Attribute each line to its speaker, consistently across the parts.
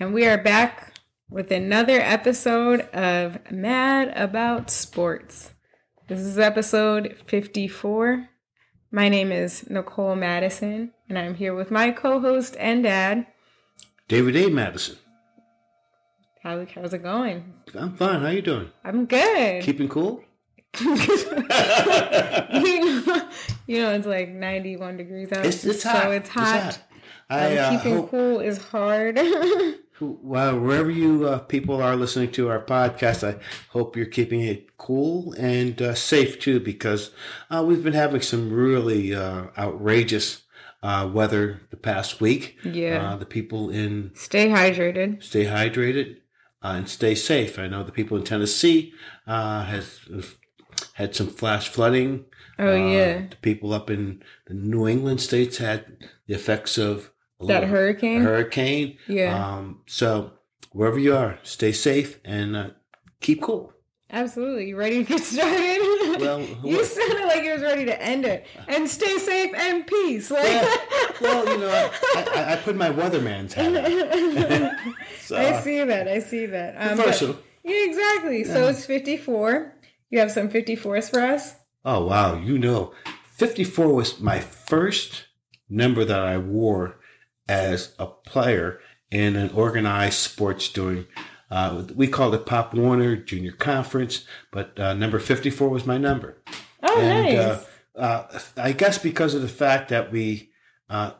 Speaker 1: And we are back with another episode of Mad About Sports. This is episode 54. My name is Nicole Madison, and I'm here with my co host and dad.
Speaker 2: David A. Madison.
Speaker 1: How, how's it going?
Speaker 2: I'm fine. How you doing?
Speaker 1: I'm good.
Speaker 2: Keeping cool?
Speaker 1: you, know, you know, it's like 91 degrees out,
Speaker 2: It's, it's
Speaker 1: so
Speaker 2: hot.
Speaker 1: it's hot.
Speaker 2: I
Speaker 1: Um,
Speaker 2: uh,
Speaker 1: keeping
Speaker 2: hope
Speaker 1: cool is hard.
Speaker 2: well, wherever you uh, people are listening to our podcast, I hope you're keeping it cool and uh, safe too, because uh, we've been having some really uh, outrageous uh, weather the past week.
Speaker 1: yeah.
Speaker 2: Uh, the people in
Speaker 1: Stay hydrated.
Speaker 2: stay hydrated uh, and stay safe. I know the people in Tennessee uh, has had some flash flooding.
Speaker 1: Oh,
Speaker 2: Uh,
Speaker 1: yeah.
Speaker 2: the people up in the New England states had the effects of a
Speaker 1: That
Speaker 2: little
Speaker 1: hurricane?
Speaker 2: hurricane.
Speaker 1: yeah.
Speaker 2: Um, so wherever you are, stay safe and uh, keep cool.
Speaker 1: Absolutely. You ready to get started?
Speaker 2: Well,
Speaker 1: you
Speaker 2: what-
Speaker 1: sounded like you was ready to end it. And stay safe and peace. Like
Speaker 2: Well, well, you know, I, I, I put my weatherman's hat on. So,
Speaker 1: I see that. I see that. Um, but-
Speaker 2: versatile.
Speaker 1: yeah, exactly. So it's 54. You have some 54s for us?
Speaker 2: Oh wow, you know, 54 was my first number that I wore as a player in an organized sports doing. Uh, we called it Pop Warner Junior Conference, but uh, number 54 was my number.
Speaker 1: Oh,
Speaker 2: and
Speaker 1: nice.
Speaker 2: uh, uh, I guess because of the fact that we uh,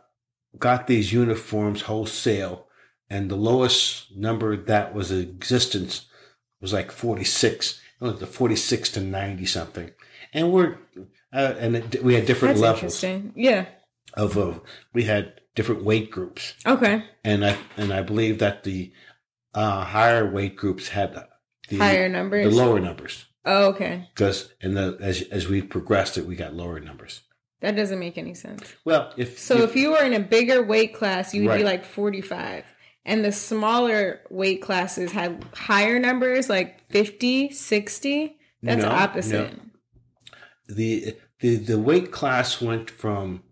Speaker 2: got these uniforms wholesale, and the lowest number that was in existence was like forty six. It was the forty six to ninety something, and we're uh, and it, we had different
Speaker 1: That's
Speaker 2: levels
Speaker 1: interesting. Yeah.
Speaker 2: of uh, we had different weight groups,
Speaker 1: Okay.
Speaker 2: and I and I believe that the uh, higher weight groups had the
Speaker 1: Higher
Speaker 2: the
Speaker 1: numbers.
Speaker 2: lower numbers
Speaker 1: oh, okay.
Speaker 2: because and the, as as we progressed it we got lower numbers.
Speaker 1: That doesn't make any sense.
Speaker 2: Well, if
Speaker 1: So if you were in a bigger weight class, you would be
Speaker 2: Right.
Speaker 1: like 45. And the smaller weight classes had higher numbers, like 50, 60. That's
Speaker 2: No,
Speaker 1: opposite.
Speaker 2: the the the weight class went from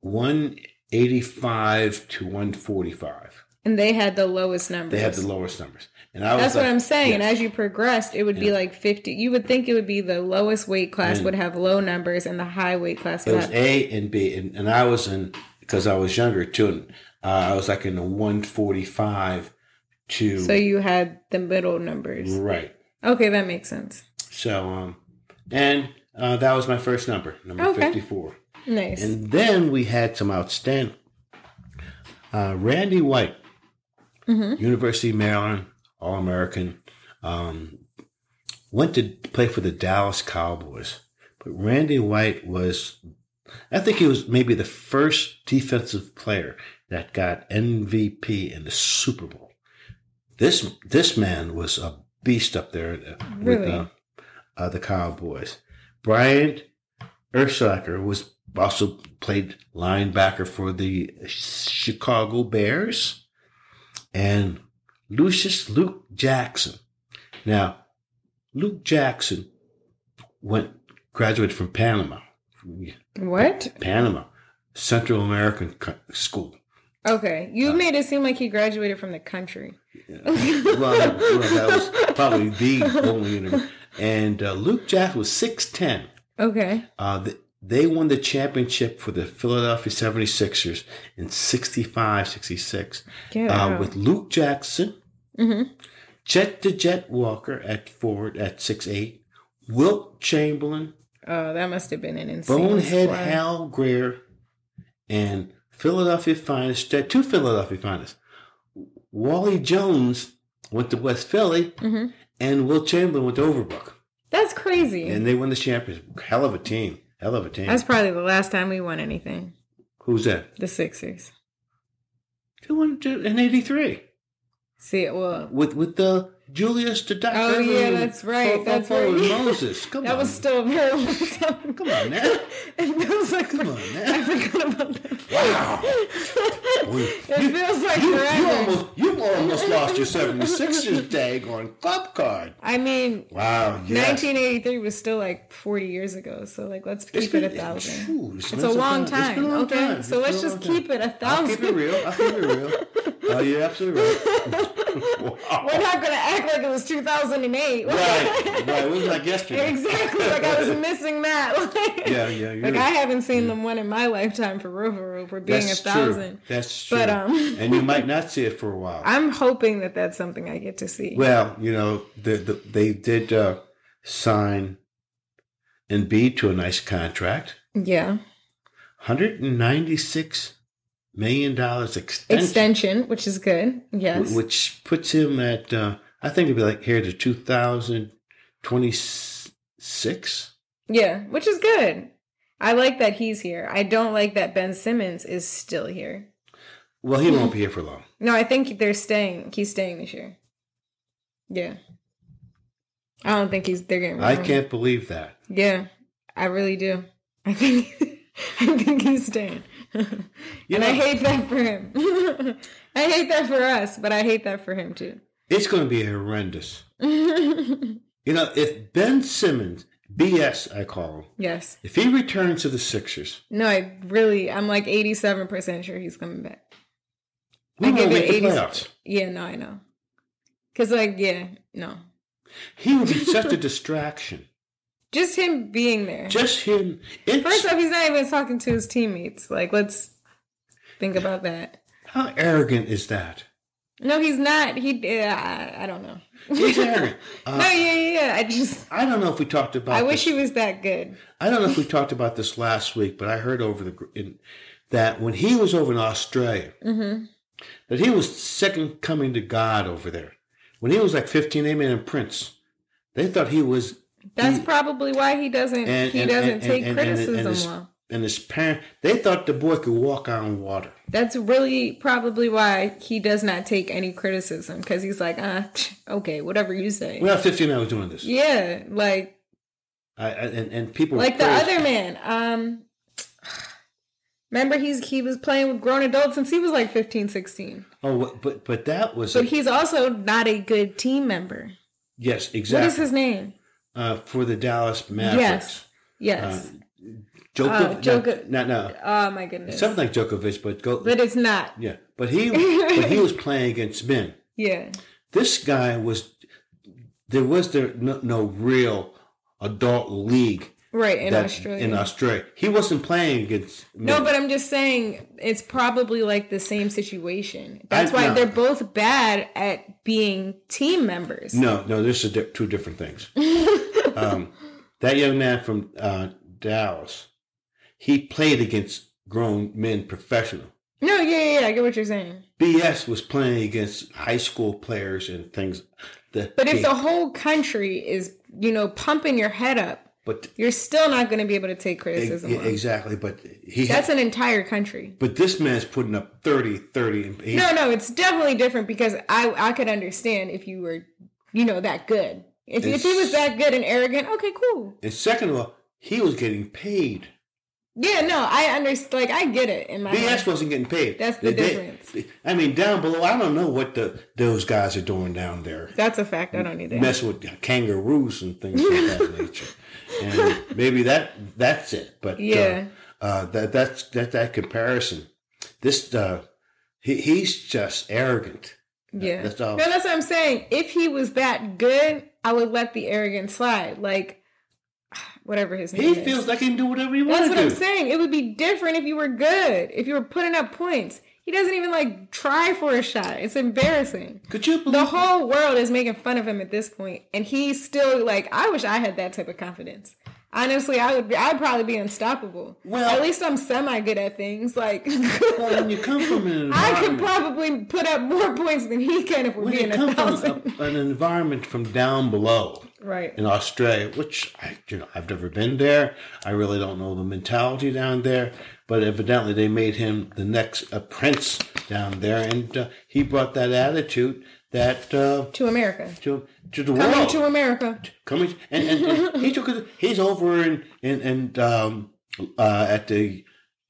Speaker 2: one eighty five to one forty five.
Speaker 1: And they had the lowest numbers.
Speaker 2: They had the lowest numbers, and I
Speaker 1: That's
Speaker 2: was
Speaker 1: what
Speaker 2: like,
Speaker 1: I'm saying. And
Speaker 2: yes.
Speaker 1: as you progressed, it would be
Speaker 2: Yeah. Mm.
Speaker 1: like 50. You would think it would be the lowest weight class
Speaker 2: And-
Speaker 1: would have low numbers and the high weight class
Speaker 2: it
Speaker 1: would
Speaker 2: was
Speaker 1: have.
Speaker 2: A and B, and, and I was in because I was younger too, and uh, I was like in the one forty five to
Speaker 1: So you had the middle numbers.
Speaker 2: right.
Speaker 1: Okay, that makes sense.
Speaker 2: So um, and uh, that was my first number, number
Speaker 1: Okay.
Speaker 2: fifty four.
Speaker 1: Nice.
Speaker 2: And then we had some outstanding. Uh, Randy White,
Speaker 1: Mhm.
Speaker 2: University of Maryland, All American, um, went to play for the Dallas Cowboys. But Randy White was, I think he was maybe the first defensive player that got MVP in the Super Bowl. This this man was a beast up there uh, with
Speaker 1: Really?
Speaker 2: uh, uh, the Cowboys. Bryant Ersacher was also played linebacker for the Chicago Bears, and Lucius Luke Jackson. Now, Luke Jackson went graduated from Panama,
Speaker 1: what?
Speaker 2: Panama Central American Co- School.
Speaker 1: Okay. You
Speaker 2: Uh,
Speaker 1: made it seem like he graduated from the country.
Speaker 2: well, that, well, that was probably the only university. And uh, Luke Jackson was six ten.
Speaker 1: Okay.
Speaker 2: Uh, th- they won the championship for the Philadelphia 76ers in 65 66
Speaker 1: Get
Speaker 2: uh,
Speaker 1: out.
Speaker 2: with Luke Jackson,
Speaker 1: Mhm.
Speaker 2: Jet to Jet Walker at forward at six eight, Wilt Chamberlain,
Speaker 1: Oh, that must have been an insane
Speaker 2: Bonehead
Speaker 1: squad.
Speaker 2: Hal Greer, and Philadelphia Finest, uh, two Philadelphia Finest. Wally Jones went to West Philly,
Speaker 1: Mhm.
Speaker 2: and Wilt Chamberlain went to Overbrook.
Speaker 1: That's crazy.
Speaker 2: And they won the championship. Hell of a team. Hell of a team.
Speaker 1: That's probably the last time we won anything.
Speaker 2: Who's that?
Speaker 1: The Sixers.
Speaker 2: They won to- in '83
Speaker 1: See, well,
Speaker 2: with with the Julius the Doctor.
Speaker 1: Oh, yeah, that's right, that's right.
Speaker 2: Moses. Come
Speaker 1: that
Speaker 2: on.
Speaker 1: was still very long time.
Speaker 2: Come on now.
Speaker 1: It feels like
Speaker 2: Come on
Speaker 1: I
Speaker 2: now.
Speaker 1: forgot about that.
Speaker 2: Wow.
Speaker 1: it feels like
Speaker 2: You, you
Speaker 1: forever.
Speaker 2: almost you almost lost your 76ers daggone club card.
Speaker 1: I mean,
Speaker 2: Wow. Yes.
Speaker 1: 1983 was still like 40 years ago. So like, let's keep it a thousand.
Speaker 2: phew, it's
Speaker 1: It's
Speaker 2: been
Speaker 1: a
Speaker 2: so
Speaker 1: long
Speaker 2: It's been
Speaker 1: time.
Speaker 2: a long
Speaker 1: okay,
Speaker 2: time. It's
Speaker 1: so
Speaker 2: been
Speaker 1: let's
Speaker 2: a long
Speaker 1: just
Speaker 2: time.
Speaker 1: keep it a
Speaker 2: I'll keep it
Speaker 1: thousand.
Speaker 2: real. I'll keep it real. Oh, you're absolutely right.
Speaker 1: We're not going to act like it was 2008.
Speaker 2: right, right. It was like yesterday.
Speaker 1: exactly. Like I was missing that. Like,
Speaker 2: Yeah, yeah. You're,
Speaker 1: Like I haven't seen the one in my lifetime for Rover Rover being
Speaker 2: that's
Speaker 1: a thousand.
Speaker 2: True. That's true.
Speaker 1: But um,
Speaker 2: and you might not see it for a while.
Speaker 1: I'm hoping that that's something I get to see.
Speaker 2: Well, you know, the, the, they did uh, sign Embiid to a nice contract,
Speaker 1: yeah,
Speaker 2: hundred and ninety six million dollars extension,
Speaker 1: extension, which is good. Yes,
Speaker 2: wh- which puts him at uh, I think it'd be like here to two thousand twenty six.
Speaker 1: yeah, which is good. I like that he's here. I don't like that Ben Simmons is still here.
Speaker 2: Well, he won't be here for long.
Speaker 1: No, I think they're staying. He's staying this year. Yeah, I don't think he's. They're getting. rid
Speaker 2: I
Speaker 1: of him.
Speaker 2: can't believe that.
Speaker 1: Yeah, I really do. I think. I think he's staying.
Speaker 2: You
Speaker 1: and
Speaker 2: know,
Speaker 1: I hate that for him. I hate that for us, but I hate that for him too.
Speaker 2: it's going to be horrendous. You know, if Ben Simmons BS, I call him,
Speaker 1: yes.
Speaker 2: if he returns to the Sixers,
Speaker 1: No, I really, I'm like 87% sure he's coming back.
Speaker 2: we
Speaker 1: I
Speaker 2: won't
Speaker 1: give
Speaker 2: make
Speaker 1: it
Speaker 2: the
Speaker 1: 80.
Speaker 2: playoffs.
Speaker 1: Yeah, no, I know. Because, like, yeah, no.
Speaker 2: He would be such a distraction.
Speaker 1: Just him being there.
Speaker 2: Just him. It's,
Speaker 1: First off, he's not even talking to his teammates. Like, let's think about that.
Speaker 2: how arrogant is that?
Speaker 1: No, he's not. He, yeah, I, I don't know.
Speaker 2: He's arrogant.
Speaker 1: no,
Speaker 2: Uh,
Speaker 1: yeah, yeah, yeah. I just,
Speaker 2: I don't know if we talked about.
Speaker 1: I wish
Speaker 2: this.
Speaker 1: he was that good.
Speaker 2: I don't know if we talked about this last week, but I heard over the gr- in, that when he was over in Australia,
Speaker 1: Mm-hmm.
Speaker 2: that he was second coming to God over there. When he was like fifteen, they made him prince. They thought he was
Speaker 1: That's
Speaker 2: He-
Speaker 1: probably why he doesn't,
Speaker 2: and
Speaker 1: he
Speaker 2: and-
Speaker 1: doesn't
Speaker 2: and-
Speaker 1: take
Speaker 2: and- and- and-
Speaker 1: criticism
Speaker 2: and his,
Speaker 1: well.
Speaker 2: and his parent. They thought the boy could walk on water.
Speaker 1: That's really probably why he does not take any criticism because he's like, uh, okay, whatever you say.
Speaker 2: When I was fifteen, I was doing this.
Speaker 1: yeah, like
Speaker 2: I, I, and and people
Speaker 1: like the
Speaker 2: praised-
Speaker 1: other man. Um, remember he's he was playing with grown adults since he was like 15, 16.
Speaker 2: Oh, but but that was a-
Speaker 1: But he's also not a good team member.
Speaker 2: yes,
Speaker 1: What
Speaker 2: exactly.
Speaker 1: is his name?
Speaker 2: uh, for the Dallas Mavericks.
Speaker 1: Yes. Yes.
Speaker 2: Djokovic.
Speaker 1: Uh, Djoko-
Speaker 2: no, no, no.
Speaker 1: oh my goodness.
Speaker 2: something like Djokovic, but go.
Speaker 1: but it's not.
Speaker 2: yeah, but he but he was playing against men.
Speaker 1: Yeah.
Speaker 2: This guy was there was there no, no real adult league
Speaker 1: Right in
Speaker 2: that-
Speaker 1: Australia.
Speaker 2: in Australia. He wasn't playing against
Speaker 1: No,
Speaker 2: men.
Speaker 1: but I'm just saying it's probably like the same situation. That's
Speaker 2: I-
Speaker 1: why
Speaker 2: no.
Speaker 1: they're both bad at being team members.
Speaker 2: no, no. This is di- two different things. um, that young man from uh, Dallas, he played against grown men, professional.
Speaker 1: No, yeah, yeah, yeah, I get what you're saying.
Speaker 2: BS was playing against high school players and things. That
Speaker 1: But if
Speaker 2: they-
Speaker 1: the whole country is, you know, pumping your head up,
Speaker 2: but
Speaker 1: you're still not going to be able to take
Speaker 2: ex-
Speaker 1: criticism. well.
Speaker 2: exactly, but he
Speaker 1: That's
Speaker 2: had,
Speaker 1: an entire country.
Speaker 2: but this man's putting up 30, 30 and he,
Speaker 1: No, no, it's definitely different because I I could understand if you were, you know, that good. If, if he was that good and arrogant, okay, cool.
Speaker 2: and second of all, he was getting paid.
Speaker 1: Yeah, no, I understand. Like, I get it in my head.
Speaker 2: BS wasn't getting paid.
Speaker 1: Uh-huh. That's the
Speaker 2: They- they-
Speaker 1: difference.
Speaker 2: I mean, down below, I don't know what the those guys are doing down there,
Speaker 1: That's a fact. I don't need that.
Speaker 2: messing with kangaroos and things of that nature. And maybe that that's it. But uh,
Speaker 1: Yeah.
Speaker 2: uh, that that's that that comparison. This uh, he, he's just arrogant.
Speaker 1: Yeah.
Speaker 2: That's all.
Speaker 1: No, that's what I'm saying. If he was that good, I would let the arrogance slide. Like, whatever his name
Speaker 2: He
Speaker 1: is.
Speaker 2: feels like he can do whatever he
Speaker 1: that's
Speaker 2: wants to
Speaker 1: what
Speaker 2: do.
Speaker 1: I'm saying. It would be different if you were good, if you were putting up points. He doesn't even like try for a shot. It's embarrassing.
Speaker 2: Could you believe
Speaker 1: The whole world is making fun of him at this point, and he's still like, I wish I had that type of confidence. Honestly, I would. Be, I'd probably be unstoppable.
Speaker 2: Well-
Speaker 1: at least I'm semi good at things. Like,
Speaker 2: Well, when you come from an
Speaker 1: I could
Speaker 2: environment,
Speaker 1: probably put up more points than he can if we're
Speaker 2: when you
Speaker 1: being a
Speaker 2: come
Speaker 1: thousand.
Speaker 2: from a, an environment from down below
Speaker 1: Right.
Speaker 2: in Australia, which I you know I've never been there. I really don't know the mentality down there, but evidently they made him the next a prince down there, and uh, he brought that attitude that uh,
Speaker 1: To America.
Speaker 2: to to the
Speaker 1: Coming
Speaker 2: world
Speaker 1: to America.
Speaker 2: coming and, and, and he took it he's over in and and um uh at the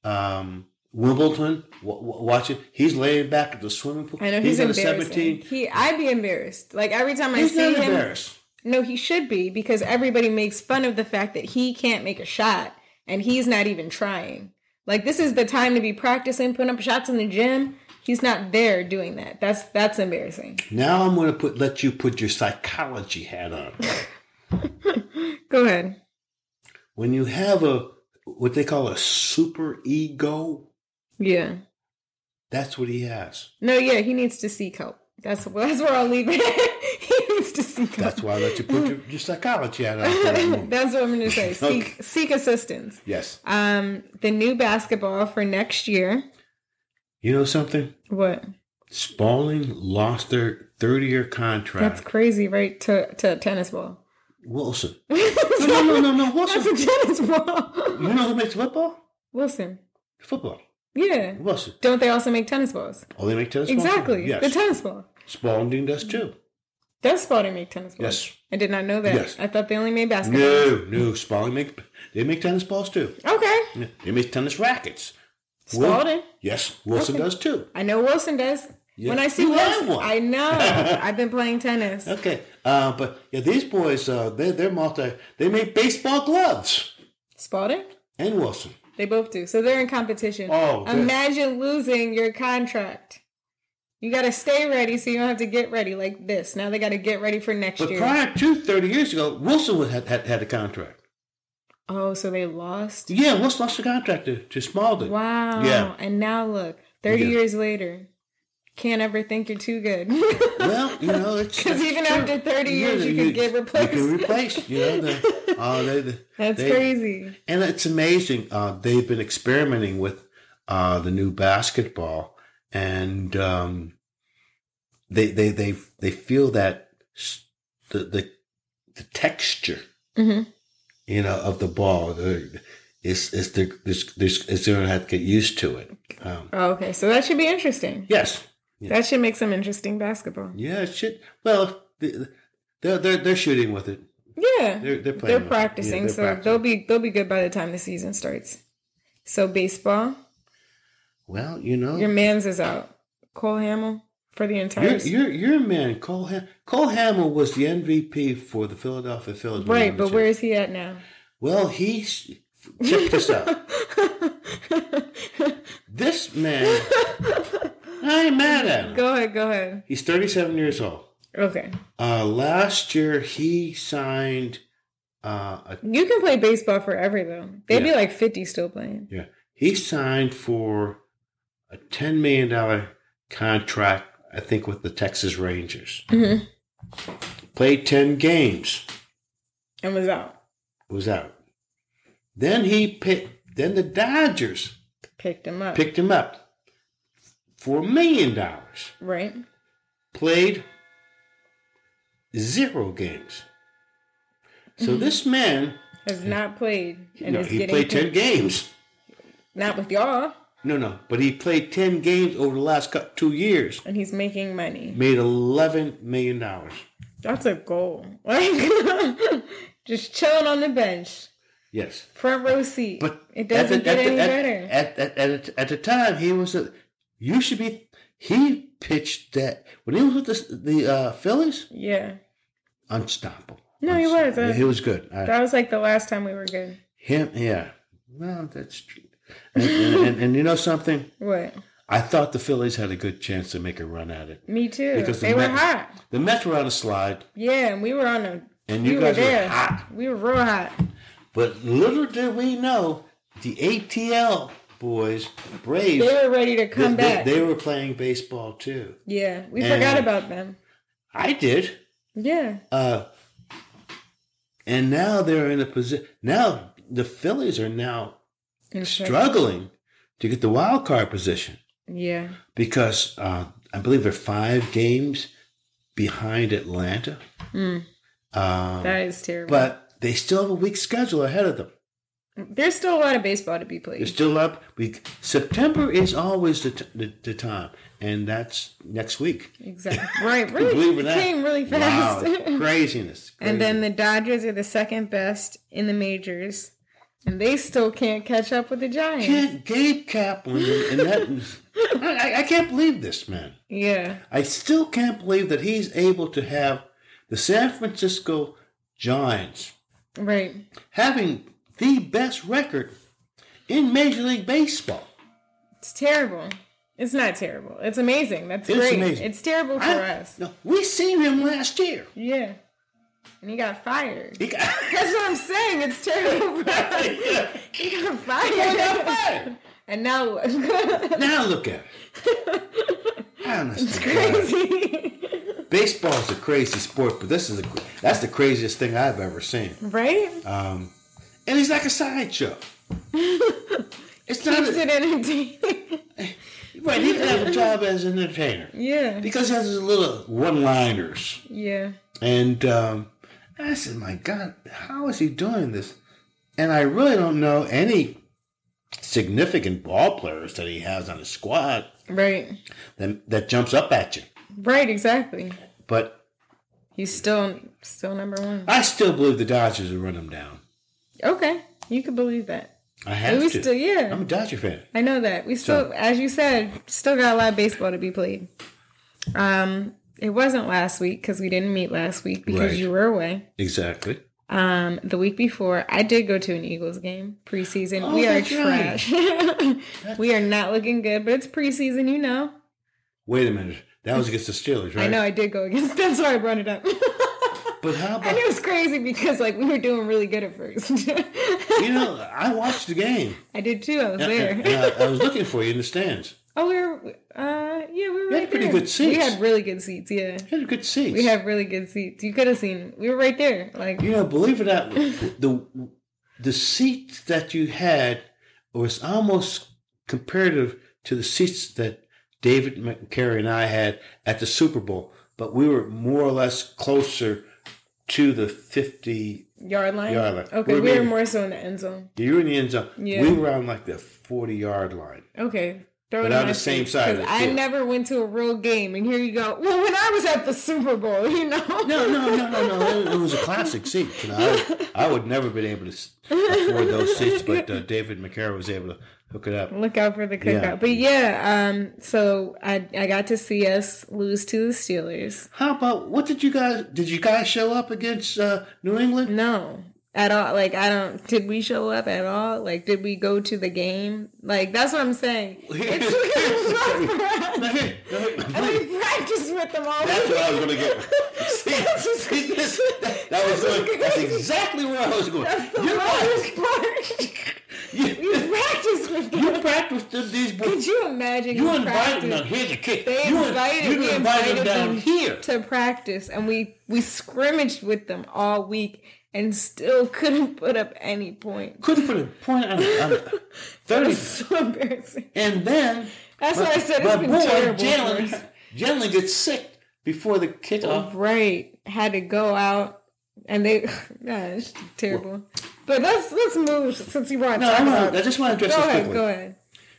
Speaker 2: um wimbledon w- w- watching he's laying back at the swimming pool
Speaker 1: I know he's,
Speaker 2: in the
Speaker 1: embarrassing. He I'd be embarrassed. Like every time I
Speaker 2: he's
Speaker 1: see
Speaker 2: not
Speaker 1: him
Speaker 2: embarrassed
Speaker 1: No, he should be because everybody makes fun of the fact that he can't make a shot and he's not even trying. Like this is the time to be practicing, putting up shots in the gym. He's not there doing that. That's that's embarrassing.
Speaker 2: Now I'm going to put let you put your psychology hat on.
Speaker 1: Go ahead.
Speaker 2: when you have a what they call a super ego,
Speaker 1: Yeah.
Speaker 2: that's what he has.
Speaker 1: No, yeah, he needs to seek help. That's that's where I'll leave it. he needs to seek help.
Speaker 2: That's why I let you put your, your psychology hat on. For that moment.
Speaker 1: That's what I'm going to say. Seek,
Speaker 2: Okay.
Speaker 1: seek assistance.
Speaker 2: yes.
Speaker 1: Um, the new basketball for next year.
Speaker 2: You know something?
Speaker 1: What?
Speaker 2: Spalding lost their 30 year contract.
Speaker 1: That's crazy, right? To to a tennis ball.
Speaker 2: Wilson. No, no,
Speaker 1: That's
Speaker 2: no, no, no.
Speaker 1: a
Speaker 2: Wilson.
Speaker 1: tennis ball.
Speaker 2: You know who makes football?
Speaker 1: Wilson.
Speaker 2: Football.
Speaker 1: Yeah.
Speaker 2: Wilson.
Speaker 1: Don't they also make tennis balls?
Speaker 2: Oh, they make tennis balls?
Speaker 1: Exactly.
Speaker 2: Yes.
Speaker 1: The tennis ball.
Speaker 2: Spalding does too.
Speaker 1: Does Spalding make tennis balls?
Speaker 2: Yes.
Speaker 1: I did not know that.
Speaker 2: Yes.
Speaker 1: I thought they only made basketball.
Speaker 2: No, no. Spalding make they make tennis balls too.
Speaker 1: Okay.
Speaker 2: Yeah, They make tennis rackets. Wil-
Speaker 1: Spalding.
Speaker 2: Yes, Wilson
Speaker 1: Okay.
Speaker 2: does too.
Speaker 1: I know Wilson does.
Speaker 2: Yeah.
Speaker 1: When I see
Speaker 2: You have
Speaker 1: Wilson,
Speaker 2: one.
Speaker 1: I know. I've been playing tennis.
Speaker 2: Okay, uh, but yeah, these boys uh, they they're multi. They make baseball gloves
Speaker 1: Spalding?
Speaker 2: and Wilson.
Speaker 1: They both do. So they're in competition.
Speaker 2: Oh, good.
Speaker 1: imagine losing your contract. You got to stay ready so you don't have to get ready like this. Now they got to get ready for next
Speaker 2: But
Speaker 1: year.
Speaker 2: prior to thirty years ago, Wilson was- had had, had a contract.
Speaker 1: oh, so they lost?
Speaker 2: Yeah, Wilson lost the contract to, to Spalding.
Speaker 1: Wow.
Speaker 2: Yeah.
Speaker 1: And now look, 30
Speaker 2: Yeah.
Speaker 1: years later, can't ever think you're too good.
Speaker 2: Well, you know, it's
Speaker 1: Because
Speaker 2: it's
Speaker 1: even
Speaker 2: true.
Speaker 1: after 30
Speaker 2: Yeah,
Speaker 1: years, you, can get replaced.
Speaker 2: You can replace. You know, the, uh, they, the,
Speaker 1: That's
Speaker 2: they-
Speaker 1: crazy.
Speaker 2: And it's amazing. Uh, they've been experimenting with uh, the new basketball, and um, they they they they feel that s- the the, the texture,
Speaker 1: hmm
Speaker 2: you know, of the ball the- is is they're is, is, is they're gonna have to get used to it. Um,
Speaker 1: Oh, okay. So that should be interesting.
Speaker 2: yes,
Speaker 1: That should make some interesting basketball.
Speaker 2: yeah, it should. Well, the- they're they're they're shooting with it.
Speaker 1: Yeah.
Speaker 2: They're they're playing.
Speaker 1: they're
Speaker 2: with it. Yeah,
Speaker 1: practicing,
Speaker 2: they're
Speaker 1: so
Speaker 2: practicing.
Speaker 1: they'll be they'll be good by the time the season starts. So baseball,
Speaker 2: well, you know,
Speaker 1: your man's is out. Cole Hamill for the entire
Speaker 2: Your, your, your man, Cole, Ham- Cole Hamill, was the MVP for the Philadelphia Phillies. when they
Speaker 1: right,
Speaker 2: won
Speaker 1: but
Speaker 2: the
Speaker 1: where
Speaker 2: chip.
Speaker 1: is he at now?
Speaker 2: Well, he's. Check this out. This man, I ain't mad at him.
Speaker 1: go ahead, go ahead.
Speaker 2: He's 37 years old.
Speaker 1: Okay,
Speaker 2: Uh, last year, he signed. Uh, a,
Speaker 1: you can play baseball forever though. They'd be
Speaker 2: Yeah.
Speaker 1: like fifty still playing.
Speaker 2: yeah, he signed for a 10 million dollar contract. I think with the Texas Rangers.
Speaker 1: hmm
Speaker 2: Played 10 games.
Speaker 1: And was out,
Speaker 2: Was out. Then he picked. Then the Dodgers
Speaker 1: picked him up.
Speaker 2: picked him up for a million dollars.
Speaker 1: right,
Speaker 2: Played zero games. So this man,
Speaker 1: has not played
Speaker 2: you
Speaker 1: Mm-hmm. and
Speaker 2: know,
Speaker 1: is
Speaker 2: he
Speaker 1: getting
Speaker 2: played ten
Speaker 1: picked-
Speaker 2: games.
Speaker 1: not with y'all,
Speaker 2: No, no, but he played ten games over the last cou- two years.
Speaker 1: and he's making money.
Speaker 2: Made eleven million dollars.
Speaker 1: That's a goal. Like just chilling on the bench,
Speaker 2: Yes,
Speaker 1: front row seat.
Speaker 2: but
Speaker 1: it doesn't
Speaker 2: at the-
Speaker 1: get
Speaker 2: at the-
Speaker 1: any
Speaker 2: at-
Speaker 1: better.
Speaker 2: At at, at, at the time, he was a. You should be. He pitched that when he was with the the uh, Phillies,
Speaker 1: yeah,
Speaker 2: unstoppable.
Speaker 1: No, he was,
Speaker 2: Unstoppable.
Speaker 1: uh,
Speaker 2: he was good. I-
Speaker 1: that was like the last time we were good.
Speaker 2: Him, yeah. Well, that's true. And, and, and, and you know something?
Speaker 1: What?
Speaker 2: I thought the Phillies had a good chance to make a run at it.
Speaker 1: Me too.
Speaker 2: Because the
Speaker 1: they were
Speaker 2: Met-
Speaker 1: hot.
Speaker 2: The Mets were on a slide,
Speaker 1: Yeah, and we were on a.
Speaker 2: and
Speaker 1: We
Speaker 2: you
Speaker 1: were
Speaker 2: guys were,
Speaker 1: there.
Speaker 2: hot.
Speaker 1: We were real hot.
Speaker 2: But little did we know, the ATL boys, Braves,
Speaker 1: They were ready to
Speaker 2: they-
Speaker 1: come
Speaker 2: they-
Speaker 1: back.
Speaker 2: They, were playing baseball too.
Speaker 1: yeah, we
Speaker 2: And-
Speaker 1: forgot about them.
Speaker 2: I did.
Speaker 1: Yeah,
Speaker 2: Uh, and now they're in a position. Now the Phillies are now
Speaker 1: and so-
Speaker 2: struggling to get the wild card position.
Speaker 1: Yeah,
Speaker 2: because uh, I believe they're five games behind Atlanta.
Speaker 1: Mm.
Speaker 2: Um,
Speaker 1: that is terrible.
Speaker 2: but they still have a weak schedule ahead of them.
Speaker 1: there's still a lot of baseball to be played.
Speaker 2: They're still up. We September is always the, t- the the time, and that's next week.
Speaker 1: exactly. Right. Really,
Speaker 2: Believe it or
Speaker 1: it
Speaker 2: not.
Speaker 1: came really
Speaker 2: Wow,
Speaker 1: fast.
Speaker 2: craziness.
Speaker 1: And then
Speaker 2: crazy.
Speaker 1: the Dodgers are the second best in the majors, and they still can't catch up with the Giants.
Speaker 2: can't Gabe Kaplan and and that. I, I- I can't believe this man.
Speaker 1: Yeah,
Speaker 2: I still can't believe that he's able to have the San Francisco Giants
Speaker 1: right.
Speaker 2: having the best record in Major League Baseball.
Speaker 1: It's terrible. It's not terrible. It's amazing. That's
Speaker 2: It's
Speaker 1: great.
Speaker 2: amazing.
Speaker 1: It's terrible for
Speaker 2: I-
Speaker 1: us.
Speaker 2: No, we seen him last year.
Speaker 1: Yeah. And he got fired.
Speaker 2: He got,
Speaker 1: That's what I'm saying. It's terrible for us.
Speaker 2: Yeah,
Speaker 1: He got
Speaker 2: he got
Speaker 1: fired.
Speaker 2: fired.
Speaker 1: And now what?
Speaker 2: Now look at it. Honest to God.
Speaker 1: crazy.
Speaker 2: Baseball's a crazy sport, but this is a, that's the craziest thing I've ever seen.
Speaker 1: Right?
Speaker 2: Um, and it's like a sideshow. It's not
Speaker 1: Keeps
Speaker 2: a,
Speaker 1: it entertaining.
Speaker 2: right. He can have a job as an entertainer
Speaker 1: yeah.
Speaker 2: because he has his little one-liners.
Speaker 1: Yeah.
Speaker 2: And um, I said, my God, how is he doing this? And I really don't know any significant ball players that he has on his squad
Speaker 1: Right.
Speaker 2: that, that jumps up at you.
Speaker 1: Right, exactly.
Speaker 2: But
Speaker 1: He's still still number one.
Speaker 2: I still believe the Dodgers will run him down.
Speaker 1: Okay. You can believe that.
Speaker 2: I have
Speaker 1: we
Speaker 2: to.
Speaker 1: still- yeah.
Speaker 2: I'm a Dodger fan.
Speaker 1: I know that. We still, as you said, still got a lot of baseball to be played. Um, it wasn't last week because we didn't meet last week because
Speaker 2: Right.
Speaker 1: you were away.
Speaker 2: Exactly.
Speaker 1: Um, the week before, I did go to an Eagles game preseason.
Speaker 2: Oh,
Speaker 1: we are
Speaker 2: that's right.
Speaker 1: trash. we are not looking good, but it's preseason, you know.
Speaker 2: Wait a minute. That was against the Steelers, right?
Speaker 1: I know I did go against. That's why I brought it up.
Speaker 2: But how
Speaker 1: and
Speaker 2: about
Speaker 1: it was crazy because like we were doing really good at first.
Speaker 2: you know? I watched the game.
Speaker 1: I did too. I was
Speaker 2: And uh,
Speaker 1: there.
Speaker 2: I, I was looking for you in the stands.
Speaker 1: Oh, we were. Uh, yeah, we were.
Speaker 2: had
Speaker 1: right
Speaker 2: pretty
Speaker 1: there.
Speaker 2: good
Speaker 1: We
Speaker 2: seats.
Speaker 1: had really good seats. Yeah.
Speaker 2: You had good seats.
Speaker 1: We have really good seats. You could have seen. We were right there. Like
Speaker 2: You know, believe it or not, the the seat that you had was almost comparative to the seats that David McCary and I had at the Super Bowl, but we were more or less closer to the fifty.
Speaker 1: yard line.
Speaker 2: Yard line.
Speaker 1: Okay,
Speaker 2: We're
Speaker 1: we were
Speaker 2: maybe-
Speaker 1: more so in the end zone.
Speaker 2: You were in the end zone.
Speaker 1: Yeah.
Speaker 2: We were on like the forty yard line.
Speaker 1: Okay. Throw
Speaker 2: But
Speaker 1: it
Speaker 2: on
Speaker 1: my
Speaker 2: the same
Speaker 1: seat,
Speaker 2: side of
Speaker 1: 'cause
Speaker 2: the
Speaker 1: I
Speaker 2: field.
Speaker 1: never went to a real game, and here you go. Well, when I was at the Super Bowl, you know.
Speaker 2: No, no, no, no, no. It- It was a classic seat. You know, I, I would never been able to s- afford those seats, but uh, David McCarroll was able to hook it up.
Speaker 1: Look out for the cookout.
Speaker 2: Yeah.
Speaker 1: But yeah, um, so I I got to see us lose to the Steelers.
Speaker 2: How about what did you guys? Did you guys show up against uh, New England?
Speaker 1: No. At all, like I don't. Did we show up at all? Like, did we go to the game? Like, that's what I'm saying. It's because
Speaker 2: No, here, no, here.
Speaker 1: we practiced with them all.
Speaker 2: That's what I was going to get. See, see, this, that, that was going, that's exactly where I was going.
Speaker 1: That's the
Speaker 2: You're right.
Speaker 1: hardest part.
Speaker 2: You,
Speaker 1: you practice with them.
Speaker 2: you practiced with these boys.
Speaker 1: Could you imagine?
Speaker 2: You
Speaker 1: in
Speaker 2: invited them.
Speaker 1: practice
Speaker 2: Here's the kick.
Speaker 1: They
Speaker 2: you
Speaker 1: invited-
Speaker 2: you
Speaker 1: we
Speaker 2: invited them
Speaker 1: invited
Speaker 2: down
Speaker 1: them.
Speaker 2: here.
Speaker 1: to practice, and we we scrimmaged with them all week, and still couldn't put up any points.
Speaker 2: Couldn't put a point on, it, on it.
Speaker 1: It
Speaker 2: thirty.
Speaker 1: was so embarrassing.
Speaker 2: And then
Speaker 1: That's why I said
Speaker 2: my
Speaker 1: it's been
Speaker 2: boy
Speaker 1: terrible. for us. Oh,
Speaker 2: Jalen Jalen gets sick before the kickoff.
Speaker 1: Right, had to go out, and they gosh terrible. But let's let's move since you brought.
Speaker 2: No, I, want I just want to address
Speaker 1: Go
Speaker 2: this
Speaker 1: ahead.
Speaker 2: quickly.
Speaker 1: Go ahead.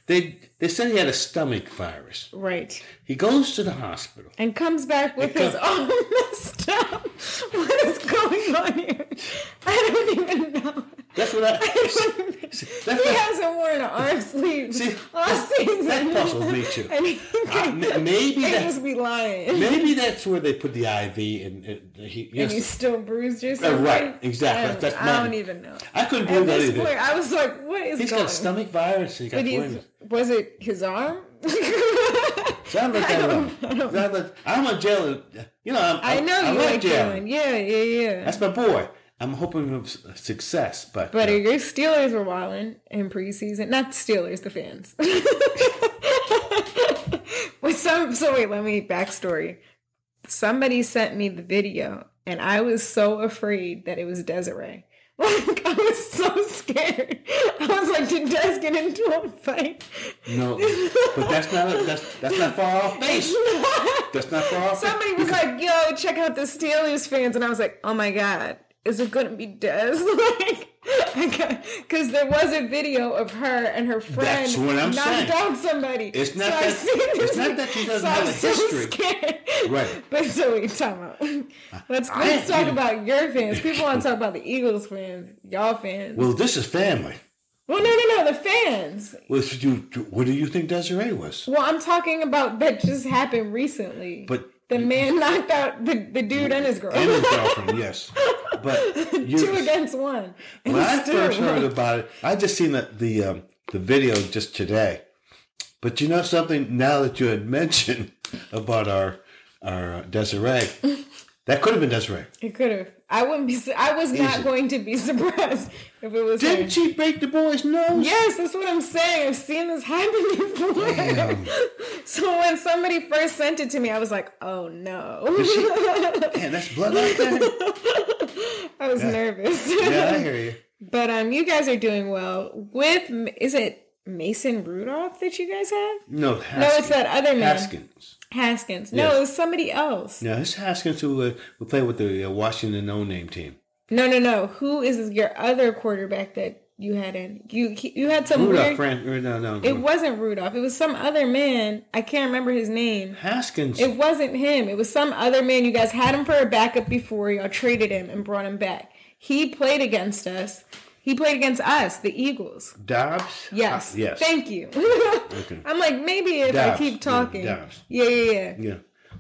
Speaker 2: They they said he had a stomach virus.
Speaker 1: Right.
Speaker 2: He goes to the hospital.
Speaker 1: and comes back with
Speaker 2: It
Speaker 1: his arm messed up. What is going on here? I don't even know.
Speaker 2: That's what I. that's
Speaker 1: He
Speaker 2: what,
Speaker 1: hasn't worn an arm sleeve
Speaker 2: See,
Speaker 1: all season.
Speaker 2: that puzzled me too.
Speaker 1: And he
Speaker 2: I- ma- maybe
Speaker 1: they
Speaker 2: that
Speaker 1: just be lying.
Speaker 2: maybe that's where they put the IV and, and he.
Speaker 1: And he's
Speaker 2: Yes,
Speaker 1: still bruised or something.
Speaker 2: Uh, right, exactly.
Speaker 1: I don't,
Speaker 2: That's
Speaker 1: I
Speaker 2: mine.
Speaker 1: don't even know.
Speaker 2: I couldn't
Speaker 1: At
Speaker 2: believe that
Speaker 1: this
Speaker 2: either.
Speaker 1: point, I was like, what is
Speaker 2: He's
Speaker 1: going
Speaker 2: got a stomach virus. And he got
Speaker 1: But he's-
Speaker 2: poisoned.
Speaker 1: Was it his arm?
Speaker 2: Sound like that wrong. Sound like- I'm a Jalen. You know, I'm,
Speaker 1: I know
Speaker 2: I,
Speaker 1: you
Speaker 2: like,
Speaker 1: like
Speaker 2: Jalen.
Speaker 1: Jalen. Yeah, yeah, yeah.
Speaker 2: That's my boy. I'm hoping of s- success, but
Speaker 1: But
Speaker 2: uh,
Speaker 1: your Steelers were wilding in preseason. Not the Steelers, the fans. With some, so wait, let me backstory. Somebody sent me the video, and I was so afraid that it was Desiree. Like I was so scared. I was like, did Des get into a fight?
Speaker 2: no. But that's not that's that's not far off base. That's not far off. base.
Speaker 1: Somebody was like, yo, check out the Steelers fans. And I was like, oh my God, is it going to be Des? like, because there was a video of her and her friend
Speaker 2: That's what I'm
Speaker 1: knocked
Speaker 2: saying.
Speaker 1: out somebody.
Speaker 2: It's not
Speaker 1: so I
Speaker 2: that-
Speaker 1: seen
Speaker 2: it's
Speaker 1: this-
Speaker 2: not that she doesn't
Speaker 1: so
Speaker 2: have
Speaker 1: I'm
Speaker 2: a
Speaker 1: so
Speaker 2: history.
Speaker 1: Scared.
Speaker 2: Right.
Speaker 1: But so wait, time out. Let's,
Speaker 2: I-
Speaker 1: let's talk about your fans. People want to talk about the Eagles fans, y'all fans. Well,
Speaker 2: Well, this is family.
Speaker 1: no, no, no, the fans.
Speaker 2: Well, if you, what do you think Desiree was?
Speaker 1: Well, I'm talking about that just happened recently.
Speaker 2: But-
Speaker 1: the man knocked out the, the dude and his girl.
Speaker 2: And his girlfriend, yes. But you,
Speaker 1: two against one. And
Speaker 2: when I
Speaker 1: still
Speaker 2: first
Speaker 1: won.
Speaker 2: heard about it, I just seen the the, um, the video just today, But you know something? Now that you had mentioned about our our Desiree, that could have been Desiree.
Speaker 1: It could have. I wouldn't be. su- I was not
Speaker 2: Easy.
Speaker 1: going to be surprised if it was. her.
Speaker 2: Didn't she break the boy's nose?
Speaker 1: Yes, that's what I'm saying. I've seen this happen before.
Speaker 2: Damn.
Speaker 1: So when somebody first sent it to me, I was like, "Oh no!"
Speaker 2: Man, that's blood like that.
Speaker 1: I was nervous.
Speaker 2: yeah, I hear you.
Speaker 1: But um, you guys are doing well with. M- Is it Mason Rudolph that you guys have?
Speaker 2: No,
Speaker 1: No,
Speaker 2: Haskins.
Speaker 1: it's that other man,
Speaker 2: Haskins.
Speaker 1: Haskins. No,
Speaker 2: Yes.
Speaker 1: it was somebody else.
Speaker 2: No, it's Haskins who uh, will play with the uh, Washington No Name team.
Speaker 1: No, no, no. Who is your other quarterback that you had in? You you had some
Speaker 2: Rudolph,
Speaker 1: weird.
Speaker 2: Fran- or no, no,
Speaker 1: It
Speaker 2: no.
Speaker 1: wasn't Rudolph. It was some other man. I can't remember his name.
Speaker 2: Haskins.
Speaker 1: It wasn't him. It was some other man. You guys had him for a backup before. Y'all traded him and brought him back. He played against us. He played against us, the Eagles.
Speaker 2: Dobbs.
Speaker 1: Yes.
Speaker 2: Ah, yes.
Speaker 1: Thank you. I'm like, maybe if I
Speaker 2: Dabs.
Speaker 1: keep talking.
Speaker 2: Yeah, dabs.
Speaker 1: Yeah, yeah, yeah.
Speaker 2: yeah.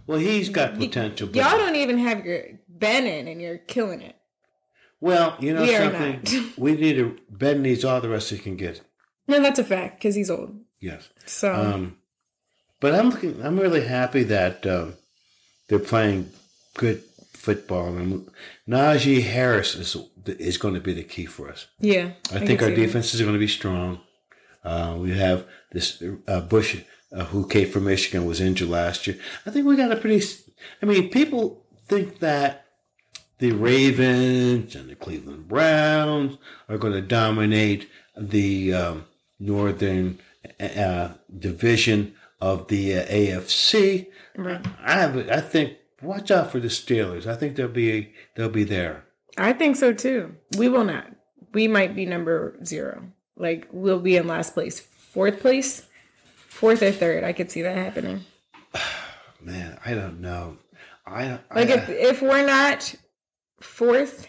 Speaker 2: Well, he's got potential. But,
Speaker 1: Y'all don't even have your Ben in and you're killing it.
Speaker 2: well, you know
Speaker 1: We are
Speaker 2: something. we need to. Ben needs all the rest he can get.
Speaker 1: No, that's a fact because he's old.
Speaker 2: Yes.
Speaker 1: So,
Speaker 2: Um, but I'm looking. I'm really happy that um, they're playing good football, and Najee Harris is is going to be the key for us.
Speaker 1: yeah.
Speaker 2: I,
Speaker 1: can
Speaker 2: think our
Speaker 1: see that.
Speaker 2: defenses are going to be strong. Uh, we have this uh, Bush, uh, who came from Michigan, was injured last year. I think we got a pretty. s- I mean, people think that the Ravens and the Cleveland Browns are going to dominate the um, Northern uh, Division of the uh, AFC.
Speaker 1: Right.
Speaker 2: I have. a- I think. Watch out for the Steelers. I think they'll be they'll be there.
Speaker 1: I think so too. We will not. We might be number zero. Like we'll be in last place, fourth place, fourth or third. I could see that happening.
Speaker 2: Man, I don't know. I
Speaker 1: Like
Speaker 2: I, uh,
Speaker 1: if if we're not fourth,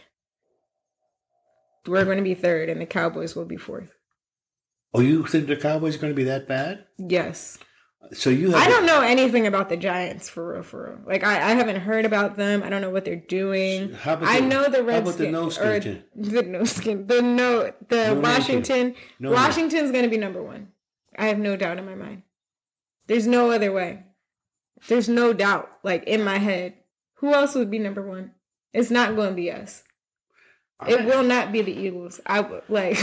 Speaker 1: we're going to be third, and the Cowboys will be fourth.
Speaker 2: Oh, you think the Cowboys are going to be that bad?
Speaker 1: Yes,
Speaker 2: So you have
Speaker 1: I don't know anything about the Giants for real, for real. Like I, I haven't heard about them. I don't know what they're doing.
Speaker 2: How about
Speaker 1: I
Speaker 2: the-
Speaker 1: know the
Speaker 2: how about the
Speaker 1: Redskins
Speaker 2: no skin
Speaker 1: or
Speaker 2: team?
Speaker 1: the no skin, the no, the
Speaker 2: No
Speaker 1: Washington.
Speaker 2: No
Speaker 1: Washington's going to be number one. I have no doubt in my mind. There's no other way. There's no doubt, like in my head. Who else would be number one? It's not going to be us. It will not be the Eagles. I w- like,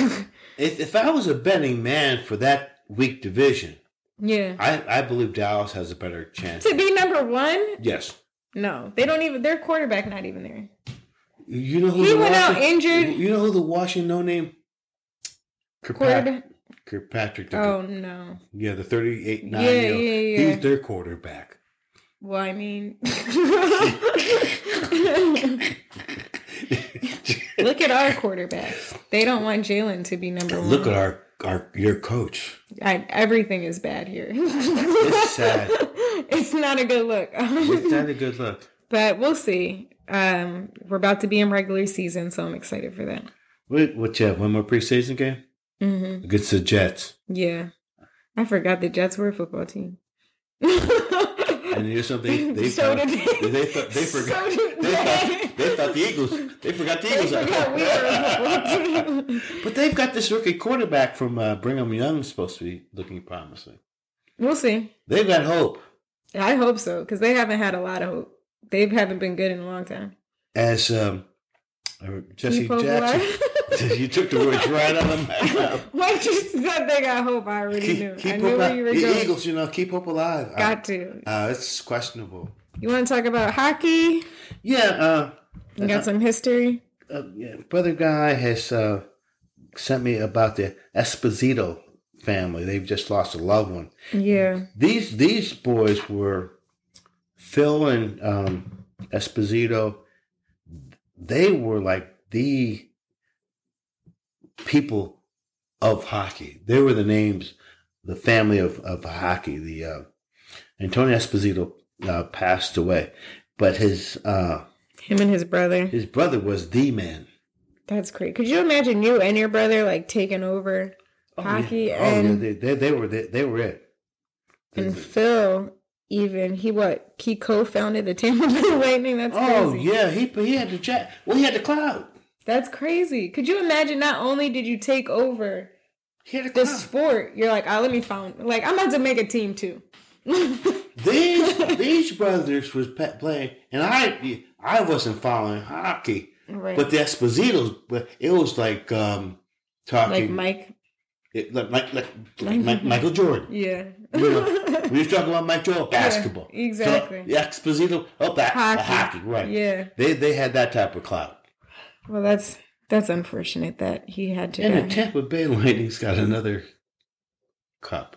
Speaker 2: If, if I was a betting man for that weak division,
Speaker 1: yeah.
Speaker 2: I, I believe Dallas has a better chance.
Speaker 1: To be number one,
Speaker 2: Yes.
Speaker 1: no, they don't even. Their quarterback not even there.
Speaker 2: You know who
Speaker 1: He
Speaker 2: the
Speaker 1: went out
Speaker 2: Washington-
Speaker 1: injured.
Speaker 2: You know who the Washington no name?
Speaker 1: Quarterback.
Speaker 2: Kirkpatrick. the-
Speaker 1: Oh no.
Speaker 2: Yeah, the 38 9
Speaker 1: Yeah,
Speaker 2: year old.
Speaker 1: yeah, yeah.
Speaker 2: He's their quarterback.
Speaker 1: Well, I mean, look at our quarterback. They don't want Jalen to be number one.
Speaker 2: Look at our, our your coach.
Speaker 1: I, everything is bad here.
Speaker 2: It's sad.
Speaker 1: it's not a good
Speaker 2: It's
Speaker 1: look.
Speaker 2: not a good look.
Speaker 1: but we'll see. Um, we're about to be in regular season, so I'm excited for that.
Speaker 2: What, what you have? One more preseason game?
Speaker 1: hmm
Speaker 2: Against the Jets.
Speaker 1: Yeah. I forgot the Jets were a football team.
Speaker 2: And you know something? They
Speaker 1: So
Speaker 2: thought,
Speaker 1: did they.
Speaker 2: thought they
Speaker 1: So
Speaker 2: forgot.
Speaker 1: did
Speaker 2: they,
Speaker 1: they.
Speaker 2: Thought, they thought the Eagles. They forgot the
Speaker 1: I
Speaker 2: Eagles.
Speaker 1: forgot we were a football team.
Speaker 2: but they've got this rookie quarterback from uh, Brigham Young supposed to be looking promising.
Speaker 1: We'll see.
Speaker 2: They've got hope.
Speaker 1: I hope so because they haven't had a lot of hope. They haven't been good in a long time.
Speaker 2: As um, uh, Jesse
Speaker 1: Keep hope
Speaker 2: Jackson,
Speaker 1: alive.
Speaker 2: you took the words right out of my mouth.
Speaker 1: Once you said they got hope, I already knew.
Speaker 2: Keep, keep
Speaker 1: I
Speaker 2: hope
Speaker 1: knew where
Speaker 2: alive.
Speaker 1: you were
Speaker 2: the
Speaker 1: going.
Speaker 2: Eagles, you know, keep hope alive.
Speaker 1: Got to.
Speaker 2: uh, uh, it's questionable.
Speaker 1: You want to talk about hockey?
Speaker 2: Yeah, uh,
Speaker 1: You got some history?
Speaker 2: uh, yeah, brother guy has uh, sent me about the Esposito family. They've just lost a loved one.
Speaker 1: Yeah.
Speaker 2: These these boys were Phil and um, Esposito. They were like the people of hockey. They were the names, the family of of hockey. The uh, Antonio Esposito uh, passed away, but his uh,
Speaker 1: Him and his brother.
Speaker 2: his brother was the man.
Speaker 1: That's crazy. Could you imagine you and your brother like taking over hockey
Speaker 2: yeah. Oh, yeah,
Speaker 1: and
Speaker 2: they, they, they were they, they were it.
Speaker 1: and Phil? Even he what he co-founded the Tampa Bay Lightning. That's
Speaker 2: Oh
Speaker 1: crazy.
Speaker 2: yeah, he he had the jack. Well, he had the cloud.
Speaker 1: That's crazy. Could you imagine? Not only did you take over
Speaker 2: He had a
Speaker 1: the
Speaker 2: club.
Speaker 1: sport, you're like, oh, let me find. Like, I'm about to make a team too.
Speaker 2: These these brothers was pa- playing, and I I wasn't following hockey,
Speaker 1: Right.
Speaker 2: but the Espositos, but it was like um
Speaker 1: like
Speaker 2: talking
Speaker 1: Mike.
Speaker 2: it- like like, like, like Mi- Michael Jordan.
Speaker 1: Yeah.
Speaker 2: You know, we was talking about Michael Jordan basketball,
Speaker 1: Yeah, exactly.
Speaker 2: So, the Esposito, oh, ba-
Speaker 1: Hockey.
Speaker 2: hockey. hockey, right?
Speaker 1: yeah.
Speaker 2: They they had that type of clout.
Speaker 1: Well, that's that's unfortunate that he had to.
Speaker 2: And the
Speaker 1: go.
Speaker 2: Tampa Bay Lightning's got another cup.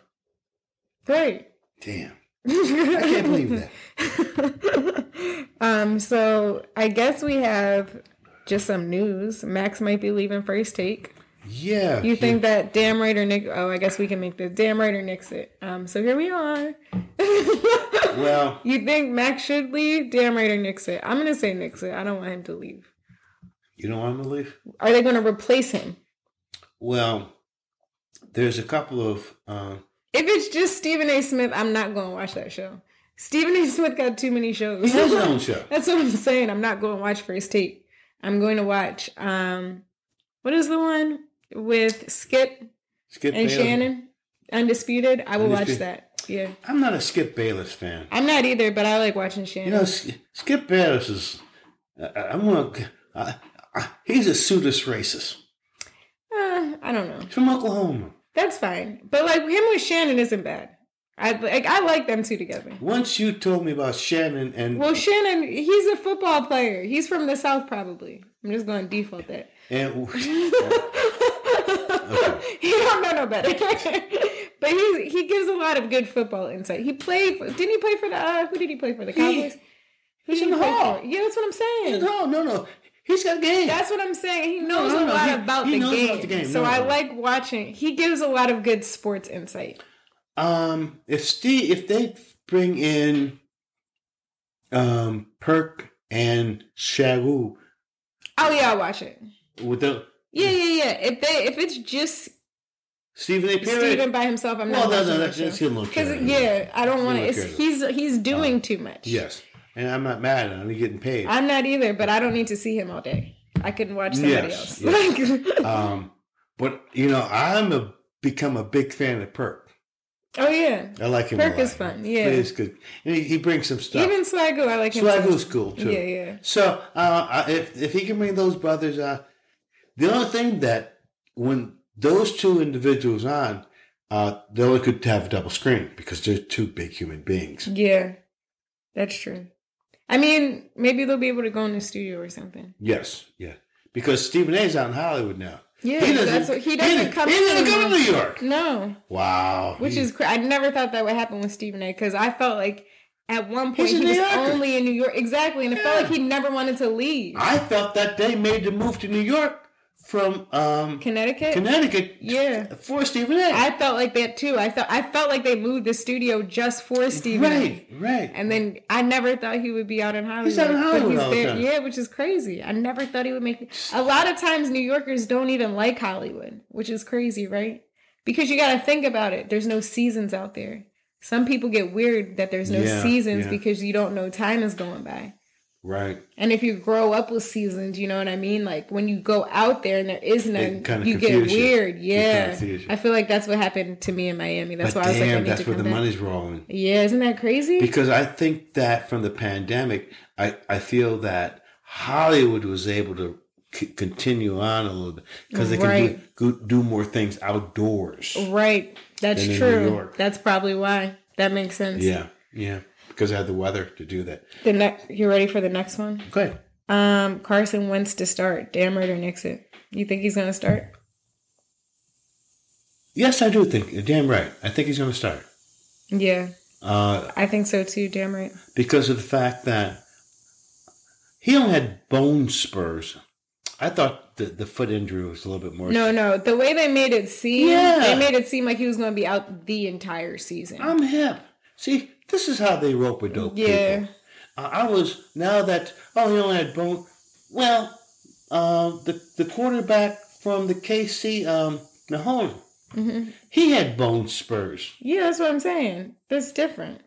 Speaker 1: Right.
Speaker 2: Damn, I
Speaker 1: I
Speaker 2: can't believe that.
Speaker 1: um, so I guess we have just some news. Max might be leaving first take.
Speaker 2: Yeah,
Speaker 1: You think that damn right or Nick? Oh, I guess we can make this damn right or nix it. Um, so here we are.
Speaker 2: well,
Speaker 1: You think Max should leave? Damn right or nix it. I'm gonna say nix it. I don't want him to leave.
Speaker 2: you don't want him to leave.
Speaker 1: Are they gonna replace him?
Speaker 2: Well, there's a couple of um,
Speaker 1: If it's just Stephen A. Smith, I'm not gonna watch that show. Stephen A. Smith got too many shows.
Speaker 2: he has his own show.
Speaker 1: That's what I'm saying. I'm not going to watch First Take. I'm going to watch um, what is the one with Skip
Speaker 2: Skip
Speaker 1: and
Speaker 2: Bayless.
Speaker 1: Shannon? Undisputed. I will watch
Speaker 2: Undisputed.
Speaker 1: that. Yeah,
Speaker 2: I'm not a Skip Bayless fan.
Speaker 1: I'm not either, but I like watching Shannon.
Speaker 2: You know, Sk- Skip Bayless is. I- I- I'm gonna. I, I, he's a pseudous racist.
Speaker 1: Uh, I don't know.
Speaker 2: He's from Oklahoma.
Speaker 1: That's fine. But like him with Shannon isn't bad. I like I like them two together.
Speaker 2: Once you told me about Shannon and
Speaker 1: Well, Shannon, he's a football player. He's from the South, probably. I'm just going to default that.
Speaker 2: and
Speaker 1: he don't know no better. but he he gives a lot of good football insight. He played. For, didn't he play for the? Uh, who did he play for? The Cowboys. Who did he play
Speaker 2: Hall.
Speaker 1: for? Yeah, that's what I'm saying.
Speaker 2: no, no, no, he's got game.
Speaker 1: That's what I'm saying. He knows
Speaker 2: no,
Speaker 1: a
Speaker 2: no,
Speaker 1: lot
Speaker 2: he-
Speaker 1: about,
Speaker 2: he
Speaker 1: the
Speaker 2: knows
Speaker 1: game.
Speaker 2: about the game.
Speaker 1: So
Speaker 2: No,
Speaker 1: I
Speaker 2: no.
Speaker 1: like watching. He gives a lot of good sports insight.
Speaker 2: Um, if Steve, if they bring in um Perk and Shagu
Speaker 1: Oh yeah, I'll watch it.
Speaker 2: with the
Speaker 1: Yeah, yeah, yeah. If they if it's just
Speaker 2: Stephen A. Perry,
Speaker 1: Steven by himself, I'm
Speaker 2: well,
Speaker 1: not.
Speaker 2: no,
Speaker 1: watching
Speaker 2: no, that's,
Speaker 1: the
Speaker 2: that's
Speaker 1: show.
Speaker 2: him.
Speaker 1: Because yeah, I don't want to.
Speaker 2: Look
Speaker 1: It's
Speaker 2: at it.
Speaker 1: he's he's doing too much.
Speaker 2: yes, and I'm not mad at him. He's getting paid.
Speaker 1: I'm not either, but I don't need to see him all day. I can watch somebody else.
Speaker 2: Yes, yes.
Speaker 1: Like,
Speaker 2: um, but you know, I'm a become a big fan of Perk.
Speaker 1: oh yeah,
Speaker 2: I like him. a
Speaker 1: Perk
Speaker 2: lot.
Speaker 1: is fun, yeah.
Speaker 2: he's good, and he, he brings some stuff.
Speaker 1: even Swagoo, I like him. too.
Speaker 2: Swagoo's cool too.
Speaker 1: Yeah, yeah.
Speaker 2: So uh, I- if if he can bring those brothers on, the only thing that when those two individuals on, uh, they only could have a double screen because they're two big human beings.
Speaker 1: Yeah, that's true. I mean, maybe they'll be able to go in the studio or something.
Speaker 2: Yes, yeah. Because Stephen A's out in Hollywood now.
Speaker 1: Yeah, that's what he doesn't
Speaker 2: he,
Speaker 1: come.
Speaker 2: He doesn't
Speaker 1: to-
Speaker 2: come to New York.
Speaker 1: No,
Speaker 2: Wow.
Speaker 1: which
Speaker 2: he-
Speaker 1: is cra- I never thought that would happen with Stephen A. Because I felt like at one point
Speaker 2: He's a
Speaker 1: he
Speaker 2: New
Speaker 1: was
Speaker 2: Yorker.
Speaker 1: only in New York, exactly, and it felt
Speaker 2: Yeah.
Speaker 1: like he never wanted to leave
Speaker 2: I felt that they made the move to New York from um,
Speaker 1: Connecticut.
Speaker 2: Connecticut.
Speaker 1: Yeah.
Speaker 2: For Stephen A.
Speaker 1: I felt like that too. I felt I felt like they moved the studio just for Stephen. A.
Speaker 2: right, right.
Speaker 1: And then I never thought he would be out in Hollywood.
Speaker 2: He's out in
Speaker 1: but
Speaker 2: Hollywood
Speaker 1: he's
Speaker 2: all the
Speaker 1: there-
Speaker 2: time.
Speaker 1: Yeah, which is crazy. I never thought he would make. A lot of times, New Yorkers don't even like Hollywood, which is crazy, right? Because you got to think about it. There's no seasons out there. Some people get weird that there's no
Speaker 2: Yeah,
Speaker 1: seasons
Speaker 2: yeah.
Speaker 1: because you don't know time is going by.
Speaker 2: right.
Speaker 1: And if you grow up with seasons, you know what I mean? Like when you go out there and there is none,
Speaker 2: It kinda
Speaker 1: you get
Speaker 2: confuses you.
Speaker 1: weird. Yeah.
Speaker 2: confuses you.
Speaker 1: I feel like that's what happened to me in Miami. That's
Speaker 2: but
Speaker 1: why I was like, I
Speaker 2: damn,
Speaker 1: need
Speaker 2: that's
Speaker 1: to
Speaker 2: where
Speaker 1: come
Speaker 2: the
Speaker 1: back.
Speaker 2: money's rolling.
Speaker 1: Yeah, isn't that crazy?
Speaker 2: Because I think that from the pandemic, I, I feel that Hollywood was able to c- continue on a little bit because they can
Speaker 1: Right. Oh.
Speaker 2: do, go, do more things outdoors.
Speaker 1: Right. That's
Speaker 2: than in
Speaker 1: true.
Speaker 2: New York.
Speaker 1: That's probably why. That makes sense.
Speaker 2: Yeah, yeah. Because they had the weather to do that.
Speaker 1: The ne- you ready for the next one?
Speaker 2: Okay.
Speaker 1: Um, Carson Wentz to start. Damn right or Nixon. You think he's gonna start?
Speaker 2: Yes, I do think. you're Damn right. I think he's going to start.
Speaker 1: Yeah,
Speaker 2: Uh,
Speaker 1: I think so too. Damn right.
Speaker 2: because of the fact that he only had bone spurs. I thought the, the foot injury was a little bit more.
Speaker 1: No, no. The way they made it seem,
Speaker 2: Yeah.
Speaker 1: they made it seem like he was gonna be out the entire season.
Speaker 2: I'm hip. See, this is how they rope a dope.
Speaker 1: yeah,
Speaker 2: people. Uh, I, I was now that oh he only had bone. Well, um, the the quarterback from the KC, um, Nahone,
Speaker 1: Mm-hmm.
Speaker 2: he had bone spurs.
Speaker 1: yeah. That's what I'm saying. That's different.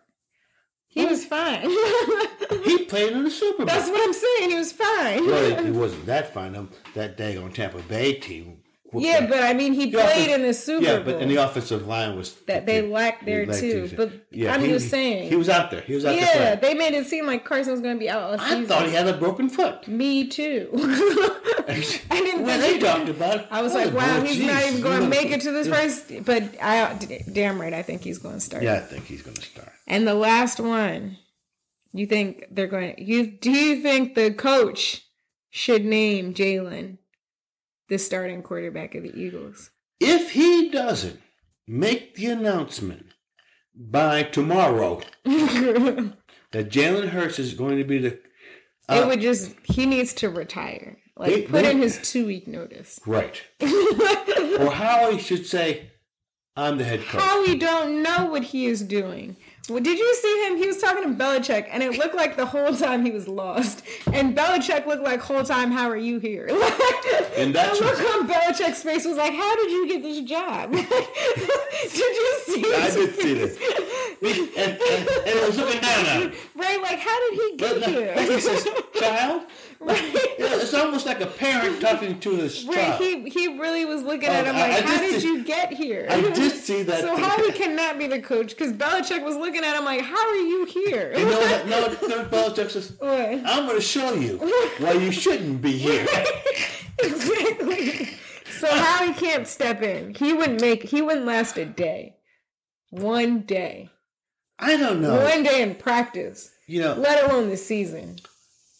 Speaker 1: He was fine.
Speaker 2: He played in the Super Bowl.
Speaker 1: that's what I'm saying. He was fine.
Speaker 2: well, it, it wasn't that fine. Um, that daggone Tampa Bay team what's
Speaker 1: yeah,
Speaker 2: that?
Speaker 1: but I mean, he
Speaker 2: The offense-
Speaker 1: played in the Super
Speaker 2: yeah,
Speaker 1: Bowl.
Speaker 2: but and the offensive line was
Speaker 1: that they lacked there
Speaker 2: lacked
Speaker 1: too.
Speaker 2: defense.
Speaker 1: But I'm
Speaker 2: he-
Speaker 1: just saying.
Speaker 2: he was out there. He was out
Speaker 1: yeah,
Speaker 2: there. Playing.
Speaker 1: they made it seem like Carson was going to be out all season.
Speaker 2: I thought he had a broken foot.
Speaker 1: Me too. I didn't
Speaker 2: When
Speaker 1: think
Speaker 2: they
Speaker 1: he-
Speaker 2: talked about it,
Speaker 1: I was
Speaker 2: oh,
Speaker 1: like, wow,
Speaker 2: boy,
Speaker 1: he's
Speaker 2: geez,
Speaker 1: not even
Speaker 2: you
Speaker 1: going to
Speaker 2: know.
Speaker 1: make it to this first. But I, d- damn right, I think he's going to start.
Speaker 2: Yeah, I think he's going to start.
Speaker 1: And the last one, you think they're going? You do you think the coach should name Jalen the starting quarterback of the Eagles?
Speaker 2: If he doesn't make the announcement by tomorrow
Speaker 1: it
Speaker 2: that Jalen Hurts is going to be the Uh,
Speaker 1: would just he needs to retire. Like
Speaker 2: they-
Speaker 1: put in
Speaker 2: they-
Speaker 1: his two week notice.
Speaker 2: right, or how he should say, "I'm the head coach."
Speaker 1: How we don't know what he is doing. Well, did you see him? He was talking to Belichick, and it looked like the whole time he was lost. And Belichick looked like whole time, "How are you here?"
Speaker 2: And that's
Speaker 1: the look
Speaker 2: what-
Speaker 1: on Belichick's face was like, "How did you get this job?" did you see?
Speaker 2: I
Speaker 1: his
Speaker 2: did see
Speaker 1: face?
Speaker 2: and, and, and it was looking down at him.
Speaker 1: Right? Like, how did he get
Speaker 2: But no, he
Speaker 1: here?
Speaker 2: says, "Child."
Speaker 1: right?
Speaker 2: Yeah, it's almost like a parent talking to his
Speaker 1: Right,
Speaker 2: child.
Speaker 1: he he really was looking
Speaker 2: Oh,
Speaker 1: at him
Speaker 2: I-
Speaker 1: like,
Speaker 2: I
Speaker 1: "How
Speaker 2: did
Speaker 1: did
Speaker 2: see-
Speaker 1: you get here?"
Speaker 2: I did see that.
Speaker 1: So
Speaker 2: thing.
Speaker 1: how he cannot be the coach? Because Belichick was looking at him like, "How are you here?"
Speaker 2: You know what? No, no, Belichick says,
Speaker 1: What?
Speaker 2: "I'm going to show you why you shouldn't be here."
Speaker 1: exactly. So how he can't step in? He wouldn't make. He wouldn't last a day. One day.
Speaker 2: I don't know.
Speaker 1: One day in practice.
Speaker 2: You know,
Speaker 1: Let alone the season.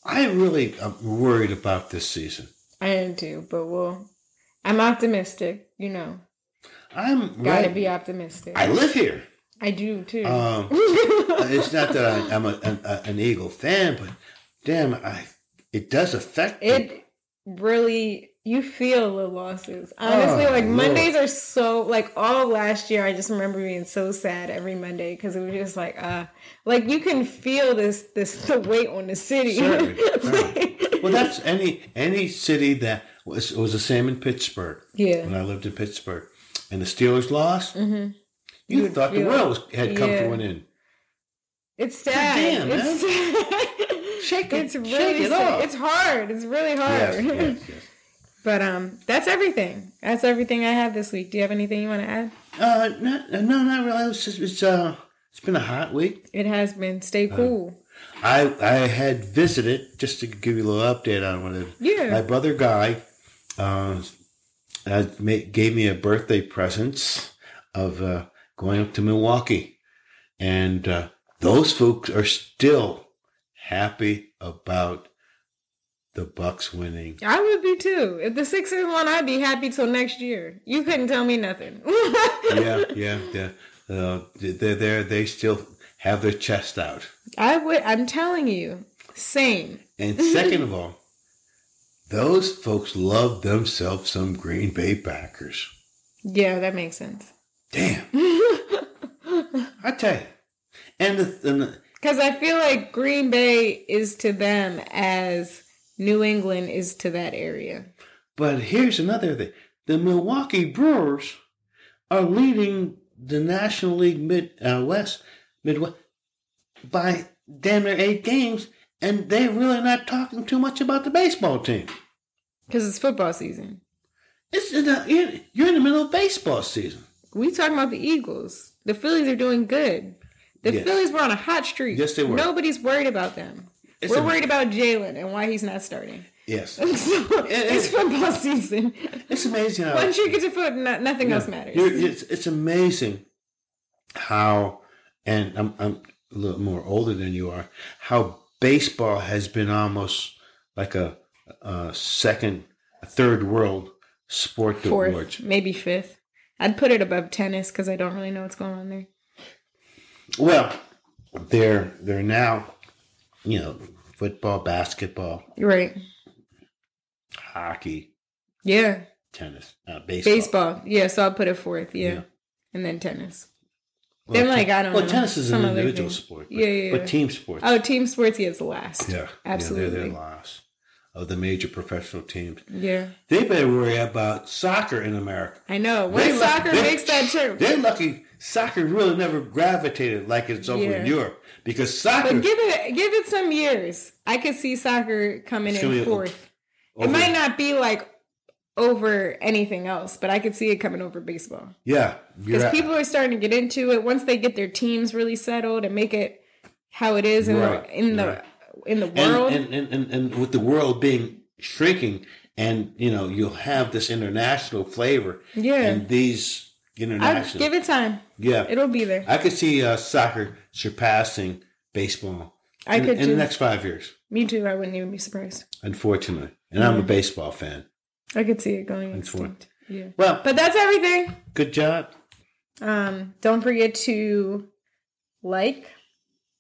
Speaker 2: I really am worried about this season.
Speaker 1: I am too, but we'll. I'm optimistic. You know,
Speaker 2: I'm
Speaker 1: gotta
Speaker 2: right-
Speaker 1: be optimistic.
Speaker 2: I
Speaker 1: I,
Speaker 2: live here.
Speaker 1: do too.
Speaker 2: Um, it's not that I, I'm a, an, a, an Eagle fan, but damn, I it does affect me.
Speaker 1: it really you feel the losses honestly
Speaker 2: Oh,
Speaker 1: like
Speaker 2: Lord.
Speaker 1: mondays are so like all last year i just remember being so sad every monday because it was just like uh like you can feel this this the weight on the city
Speaker 2: Certainly, Well, that's any any city that was it was the same in Pittsburgh when
Speaker 1: yeah
Speaker 2: I lived in Pittsburgh, and the Steelers lost. Mm-hmm. You,
Speaker 1: would
Speaker 2: thought the
Speaker 1: feel-
Speaker 2: world was, had come
Speaker 1: yeah.
Speaker 2: to an end.
Speaker 1: it's sad
Speaker 2: Damn, man.
Speaker 1: it's sad.
Speaker 2: Shake it-
Speaker 1: it's
Speaker 2: shake
Speaker 1: really
Speaker 2: it
Speaker 1: sad.
Speaker 2: off.
Speaker 1: it's hard it's really hard
Speaker 2: Yes, yes, yes.
Speaker 1: but um that's everything that's everything i had this week do you have anything you want to add
Speaker 2: Uh, not, no, not really. It's just, it's uh, it's been a hot week.
Speaker 1: it has been stay
Speaker 2: Uh,
Speaker 1: cool
Speaker 2: I I had visited just to give you a little update on what it.
Speaker 1: Yeah.
Speaker 2: My brother Guy, uh, uh, ma- gave me a birthday present of uh, going up to Milwaukee, and uh, those folks are still happy about the Bucks winning.
Speaker 1: I would be too. If the Sixers won, I'd be happy till next year. You couldn't tell me nothing.
Speaker 2: yeah, yeah, yeah. Uh, they're there. They still have their chest out.
Speaker 1: I would. I'm telling you, same.
Speaker 2: And second of all, those folks love themselves some Green Bay Packers.
Speaker 1: Yeah, that makes sense.
Speaker 2: Damn. I tell you. And the, and the
Speaker 1: Because I feel like Green Bay is to them as New England is to that area.
Speaker 2: but here's another thing. The Milwaukee Brewers are leading the National League Mid uh, West Midwest by damn near eight games, and they're really not talking too much about the baseball team.
Speaker 1: Because it's football season.
Speaker 2: It's in the, you're- you're in the middle of baseball season.
Speaker 1: We talking about the Eagles. The Phillies are doing good. The
Speaker 2: Yes.
Speaker 1: Phillies were on a hot streak.
Speaker 2: Yes, they were.
Speaker 1: Nobody's worried about them.
Speaker 2: It's
Speaker 1: we're
Speaker 2: a-
Speaker 1: worried about Jalen and why he's not starting.
Speaker 2: Yes,
Speaker 1: So it's football season.
Speaker 2: it's amazing. How,
Speaker 1: Once you get to foot, no, nothing else matters.
Speaker 2: You're- it's, it's amazing how, and I'm, I'm a little more older than you are, how baseball has been almost like a, a second, a third world sport to
Speaker 1: Fourth,
Speaker 2: watch.
Speaker 1: maybe fifth. I'd put it above tennis because I don't really know what's going on there.
Speaker 2: Well, they're they're now, you know, football, basketball,
Speaker 1: You're right.
Speaker 2: hockey,
Speaker 1: Yeah.
Speaker 2: tennis, uh, baseball.
Speaker 1: Baseball. Yeah, so I'll put it fourth. Yeah.
Speaker 2: Yeah.
Speaker 1: And then tennis.
Speaker 2: Well,
Speaker 1: Then,
Speaker 2: ten-
Speaker 1: like, I don't
Speaker 2: well,
Speaker 1: know.
Speaker 2: tennis is
Speaker 1: some
Speaker 2: an
Speaker 1: other
Speaker 2: individual
Speaker 1: thing.
Speaker 2: sport.
Speaker 1: Yeah, yeah, yeah.
Speaker 2: But team sports.
Speaker 1: Oh, team sports gets last.
Speaker 2: yeah, Yeah, they're
Speaker 1: Absolutely.
Speaker 2: the last of the major professional teams.
Speaker 1: Yeah.
Speaker 2: They better worry about soccer in America.
Speaker 1: I know. When
Speaker 2: They luck-
Speaker 1: soccer
Speaker 2: they-
Speaker 1: makes that turn.
Speaker 2: They're lucky soccer really never gravitated like it's over
Speaker 1: Yeah.
Speaker 2: in Europe because soccer.
Speaker 1: But give it give it some years. I could see soccer coming
Speaker 2: It's
Speaker 1: in
Speaker 2: gonna be a-
Speaker 1: fourth.
Speaker 2: over-
Speaker 1: It might not be like over anything else, but I could see it coming over baseball
Speaker 2: Yeah, you're
Speaker 1: because
Speaker 2: right.
Speaker 1: people are starting to get into it once they get their teams really settled and make it how it is in
Speaker 2: Right,
Speaker 1: the in the
Speaker 2: right.
Speaker 1: in the
Speaker 2: and,
Speaker 1: world.
Speaker 2: and, and, and, and with the world being shrinking, and you know you'll have this international flavor.
Speaker 1: Yeah.
Speaker 2: and these
Speaker 1: I
Speaker 2: international.
Speaker 1: give it time;
Speaker 2: yeah,
Speaker 1: it'll be there.
Speaker 2: I could see uh, soccer surpassing baseball.
Speaker 1: I
Speaker 2: in,
Speaker 1: could
Speaker 2: in
Speaker 1: too.
Speaker 2: the next five years.
Speaker 1: Me too. I wouldn't even be surprised.
Speaker 2: Unfortunately, and I'm a baseball fan.
Speaker 1: I could see it going
Speaker 2: Thanks for it.
Speaker 1: extinct. Yeah,
Speaker 2: Well,
Speaker 1: but that's everything.
Speaker 2: good job.
Speaker 1: Um, don't forget to like,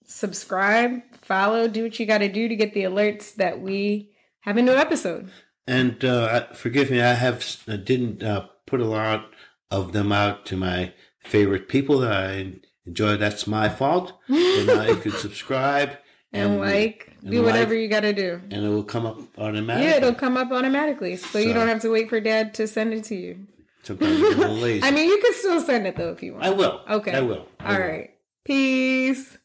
Speaker 1: subscribe, follow, do what you got to do to get the alerts that we have a new episode.
Speaker 2: And uh, I- forgive me, I have I didn't uh, put a lot of them out to my favorite people that I enjoy. That's my fault. and now you can subscribe
Speaker 1: And, like,
Speaker 2: and
Speaker 1: do
Speaker 2: like,
Speaker 1: whatever you got to do.
Speaker 2: and it will come up automatically.
Speaker 1: Yeah, it'll come up automatically, so, you
Speaker 2: So-
Speaker 1: don't have to wait for dad to send it to you.
Speaker 2: Sometimes it'll lazy.
Speaker 1: I mean, you can still send it though if you want.
Speaker 2: I will.
Speaker 1: Okay.
Speaker 2: I will. I
Speaker 1: All
Speaker 2: will.
Speaker 1: right. Peace.